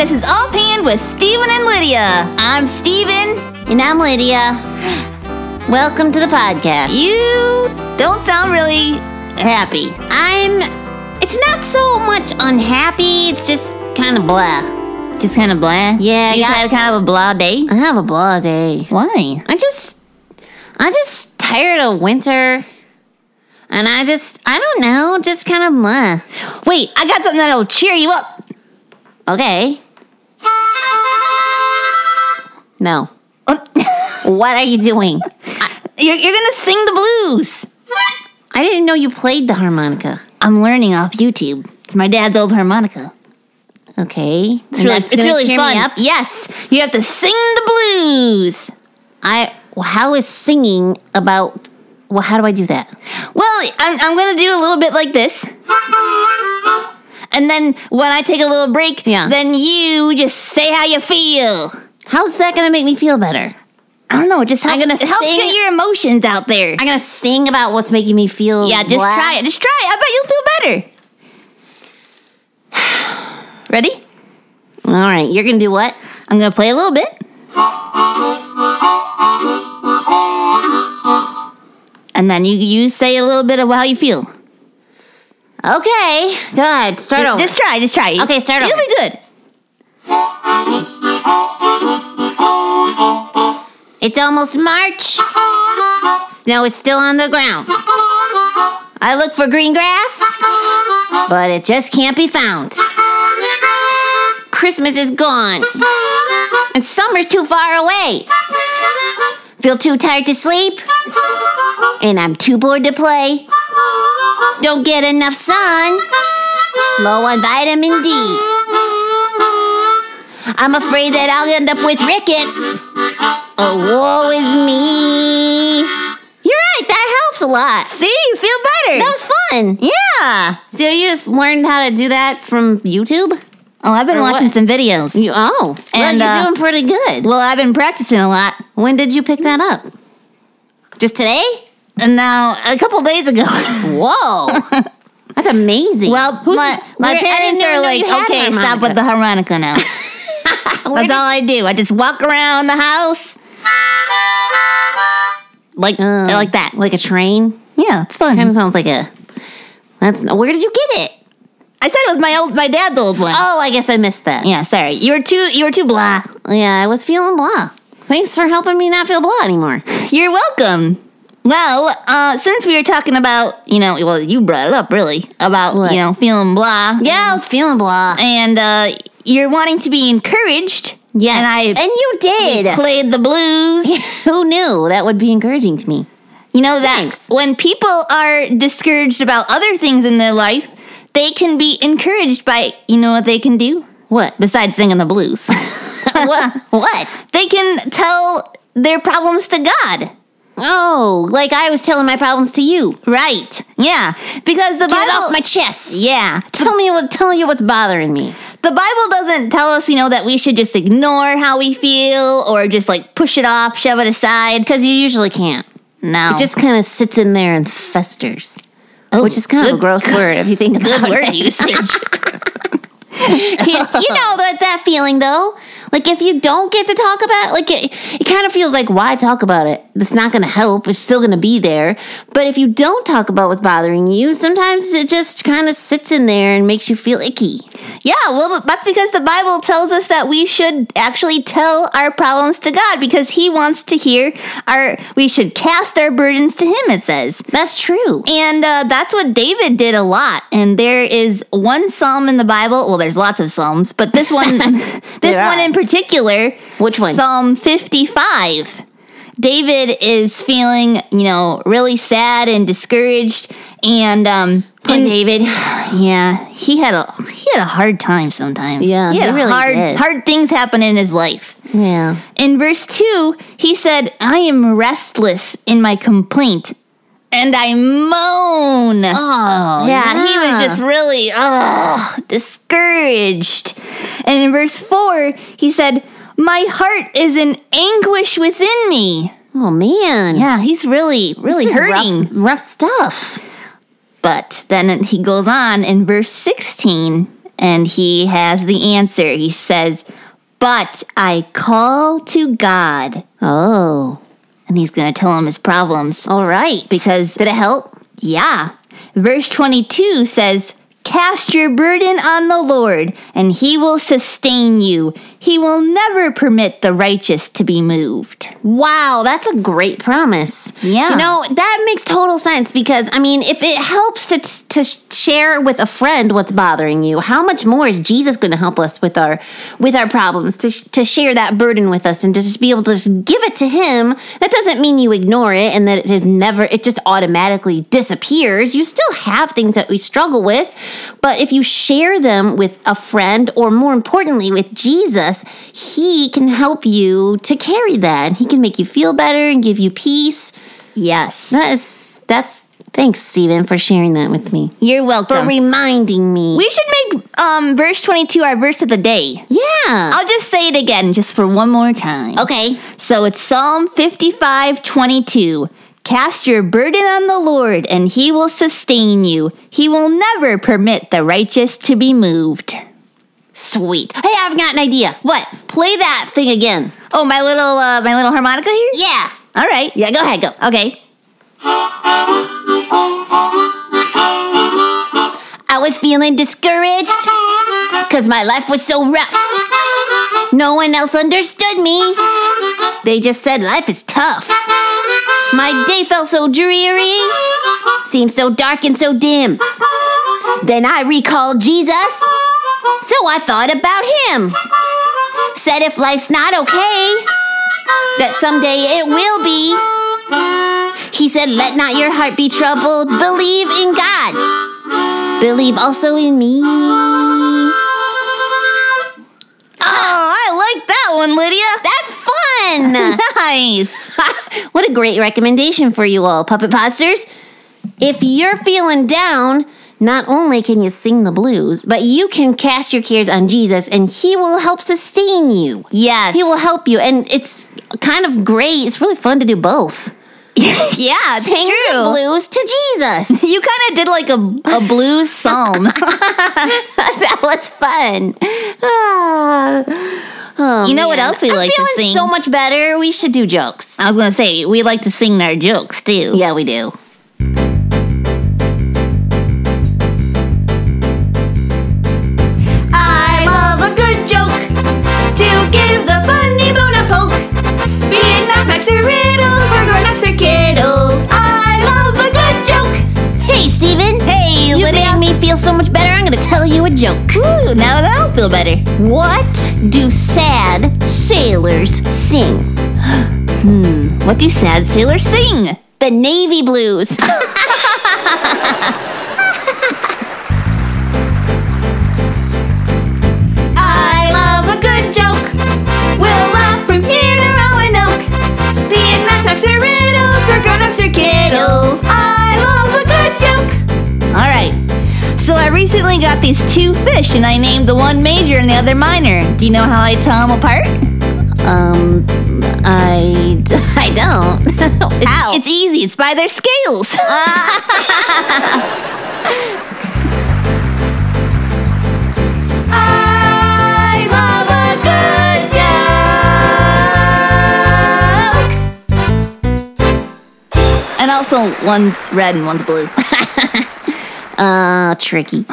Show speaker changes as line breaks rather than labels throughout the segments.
This is Offhand with Steven and Lydia. I'm Steven.
And I'm Lydia. Welcome to the podcast.
You don't sound really happy.
I'm. It's not so much unhappy, it's just kind of blah.
Just kind of blah.
Yeah, I
you just
got-
had kind of a blah day.
I have a blah day.
Uh, Why?
I just. I'm just tired of winter. And I just. I don't know, just kind of blah.
Wait, I got something that'll cheer you up.
Okay. No. what are you doing?
You're, you're gonna sing the blues.
I didn't know you played the harmonica.
I'm learning off YouTube. It's my dad's old harmonica.
Okay. And
It's really,
that's
it's
gonna
really
cheer
fun.
me up.
Yes, you have to sing the blues.
I well, how is singing about well how do I do that?
Well, I'm, I'm gonna do a little bit like this. And then when I take a little break,
Yeah.
then you just say how you feel.
How's that gonna make me feel better?
I don't know. It just helps,
gonna
it helps
sing-
get your emotions out there.
I'm gonna sing about what's making me feel
yeah, just
blah.
try it. Just try it. I bet you'll feel better. Ready?
All right, you're gonna do what?
I'm gonna play a little bit. And then you, you say a little bit of how you feel.
Okay, good. Start
Just,
over.
just try, just try.
Okay, start
You'll
over.
be good.
it's almost March. Snow is still on the ground. I look for green grass, but it just can't be found. Christmas is gone, and summer's too far away. Feel too tired to sleep, and I'm too bored to play. Don't get enough sun, low on vitamin D. I'm afraid that I'll end up with rickets. Oh, woe is me. You're right, that helps a lot.
See, you feel better.
That was fun.
yeah.
So you just learned how to do that from YouTube?
Oh, I've been
Or
watching
what?
some videos.
You oh,
And,
and you're
uh,
doing pretty good.
Well, I've been practicing a lot,
When did you pick that up? Just today?
and now a couple days ago.
Whoa, that's amazing.
Well,
Who's-
my, my
where- I didn't
parents
even
are
know
like,
you had
okay, stop
harmonica."
with the harmonica now.
Where
That's all I do. I just walk around the house, like
Um,
like that.
like a train.
Yeah, it's fun.
Kind of sounds like a. That's where did you get it?
I said it was my old, my dad's old one.
Oh, I guess I missed that.
Yeah, sorry. You were too, you were too blah.
Yeah, I was feeling blah. Thanks for helping me not feel blah anymore.
You're welcome. Well, uh, since we were talking about, you know, well, you brought it up really about
What?
you know feeling blah.
Yeah, I was feeling blah.
and uh, you're wanting to be encouraged.
Yes.
and I
and you did.
played the blues.
Who knew that would be encouraging to me?
You know that
Thanks.
when people are discouraged about other things in their life, they can be encouraged by you know what they can do
What?
besides singing the blues.
what? What?
they can tell their problems to God.
Oh, like I was telling my problems to you.
Right? Yeah, because the
Get it
Bible.
off my chest.
yeah,
Tell me what. Tell you what's bothering me.
the Bible doesn't tell us, you know, that we should just ignore how we feel or just like push it off, shove it aside.
Because you usually can't.
No,
It just kind of sits in there and festers, which is kind of a
Oh, good-
gross word if you think about
good
it.
word usage.
you know that that feeling though. Like if you don't get to talk about it, like it, it kind of feels like why talk about it? It's not going to help. It's still going to be there. But if you don't talk about what's bothering you, sometimes it just kind of sits in there and makes you feel icky.
Yeah, well, that's because the Bible tells us that we should actually tell our problems to God because He wants to hear our. We should cast our burdens to Him. It says,
That's true.
and uh, that's what David did a lot. And there is one psalm in the Bible. Well, there's lots of psalms, but this one, this
There
one
are.
in particular,
Which one?
Psalm 55. David is feeling, you know, really sad and discouraged, and um,
Poor
and-
David.
yeah, he had a he had a hard time sometimes.
Yeah,
he had
he really
hard
did.
hard things happen in his life.
Yeah.
In verse two, he said, "I am restless in my complaint, and I moan."
Oh.
yeah, he was just really ugh, discouraged. And in verse four, he said, "My heart is in anguish within me."
Oh man.
Yeah, he's really really
This is
hurting.
Rough, rough stuff.
But then he goes on in verse 16 And he has the answer. He says, But I call to God.
Oh,
And he's going to tell him his problems.
all right.
Because,
did it help?
yeah. Verse 22 says, Cast your burden on the Lord, and he will sustain you. He will never permit the righteous to be moved.
Wow, that's a great promise.
Yeah.
You know, that makes total sense because, I mean, if it helps to, to share with a friend what's bothering you, how much more is Jesus going to help us with our with our problems to, sh- to share that burden with us and to just be able to just give it to him? That doesn't mean you ignore it and that it is never, it just automatically disappears. You still have things that we struggle with, but if you share them with a friend or more importantly with Jesus, he can help you to carry that. and He can make you feel better and give you peace.
Yes.
That is that's thanks, Stephen, for sharing that with me.
You're
For
welcome.
reminding me.
we should make um, verse 22 our verse of the day.
yeah.
I'll just say it again, just for one more time.
Oh, okay.
So it's Psalm 55 22. Cast your burden on the Lord, and he will sustain you. He will never permit the righteous to be moved.
Sweet. Hey, I've got an idea.
What?
Play that thing again.
Oh, my little uh, my little harmonica here?
Yeah.
All right.
Yeah, go ahead, go.
Okay.
I was feeling discouraged because my life was so rough. No one else understood me. They just said life is tough. My day felt so dreary, seemed so dark and so dim. Then I recalled Jesus, so I thought about him. Said if life's not okay, that someday it will be. He said, Let not your heart be troubled, believe in God believe also in me.
Oh, I like that one, Lydia.
That's fun!
nice.
what a great recommendation for you all, puppet posters. If you're feeling down, not only can you sing the blues, but you can cast your cares on Jesus and he will help sustain you.
Yes.
He will help you and it's kind of great. It's really fun to do both.
yeah, it's
Sing the
true.
blues to Jesus.
You kind of did like a, a blues psalm.
that was fun. Ah. Oh,
You know what
man.
else we
I'm
like to
feeling
sing?
so much better. We should do jokes.
I was going to say, we like to sing our jokes too.
Yeah, we do. I love a good joke to give the funny bone a poke. Be it knockbacks or riddles for grown-ups or kiddles. I love a good joke. Hey, Steven. Hey, you
Lydia.
made me feel so much better. I'm gonna tell you a joke.
Ooh, now that I'll feel better.
What do sad sailors sing?
What do sad sailors sing?
The navy blues. I love a good joke. We'll laugh from here to Roanoke. Be it math talks or riddles for grown-ups or kiddles. I love a good joke.
All right. So I recently got these two fish and I named the one major and the other minor. Do you know how I tell them apart?
Um, I, d- I don't. Ow.
It's easy. It's by their scales.
I love a good joke.
and also one's red and one's blue.
Uh, tricky. so,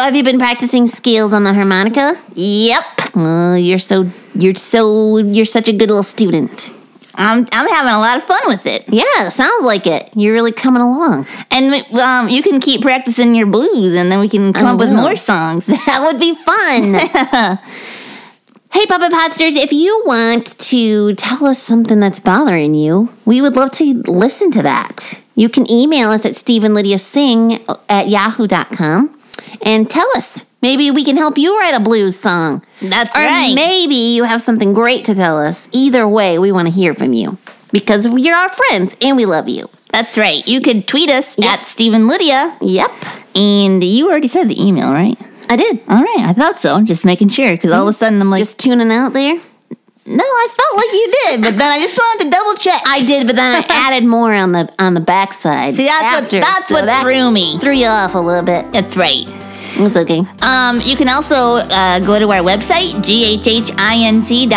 have you been practicing skills on the harmonica?
yep.
Oh, you're so you're so you're such a good little student.
I'm, I'm having a lot of fun with it.
Yeah, sounds like it. You're really coming along.
And um, you can keep practicing your blues and then we can come
I
up with
will.
more songs.
That would be fun. hey, Puppet Podsters, if you want to tell us something that's bothering you, we would love to listen to that. You can email us at StephenLydiaSing at yahoo.com and tell us. Maybe we can help you write a blues song.
That's
or
right.
maybe you have something great to tell us. Either way, we want to hear from you because you're our friends and we love you.
That's right. You could tweet us at Stephen Lydia.
Yep,
And you already said the email, right?
I did.
All right. I thought so. I'm just making sure because all of a sudden I'm like,
Mm-hmm. Just tuning out there.
no, I felt like you did, but then I just wanted to double check.
I did, but then I added more on the on the backside.
See, that's what- that's what
that
threw me.
threw you off a little bit.
That's right.
It's okay.
Um, you can also uh, go to our website, ghhinc.org,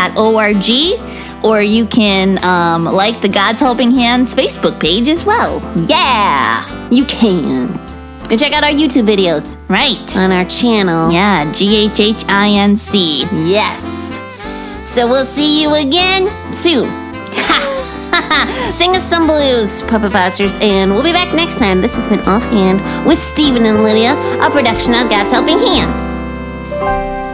or you can um, like the God's Helping Hands Facebook page as well. Yeah!
You can. And check out our YouTube videos
Right.
on our channel.
Yeah, G-H-H-I-N-C.
Yes. So we'll see you again soon. Sing us some blues, Puppet Bouchers, and we'll be back next time. This has been Offhand with Stephen and Lydia, a production of God's Helping Hands.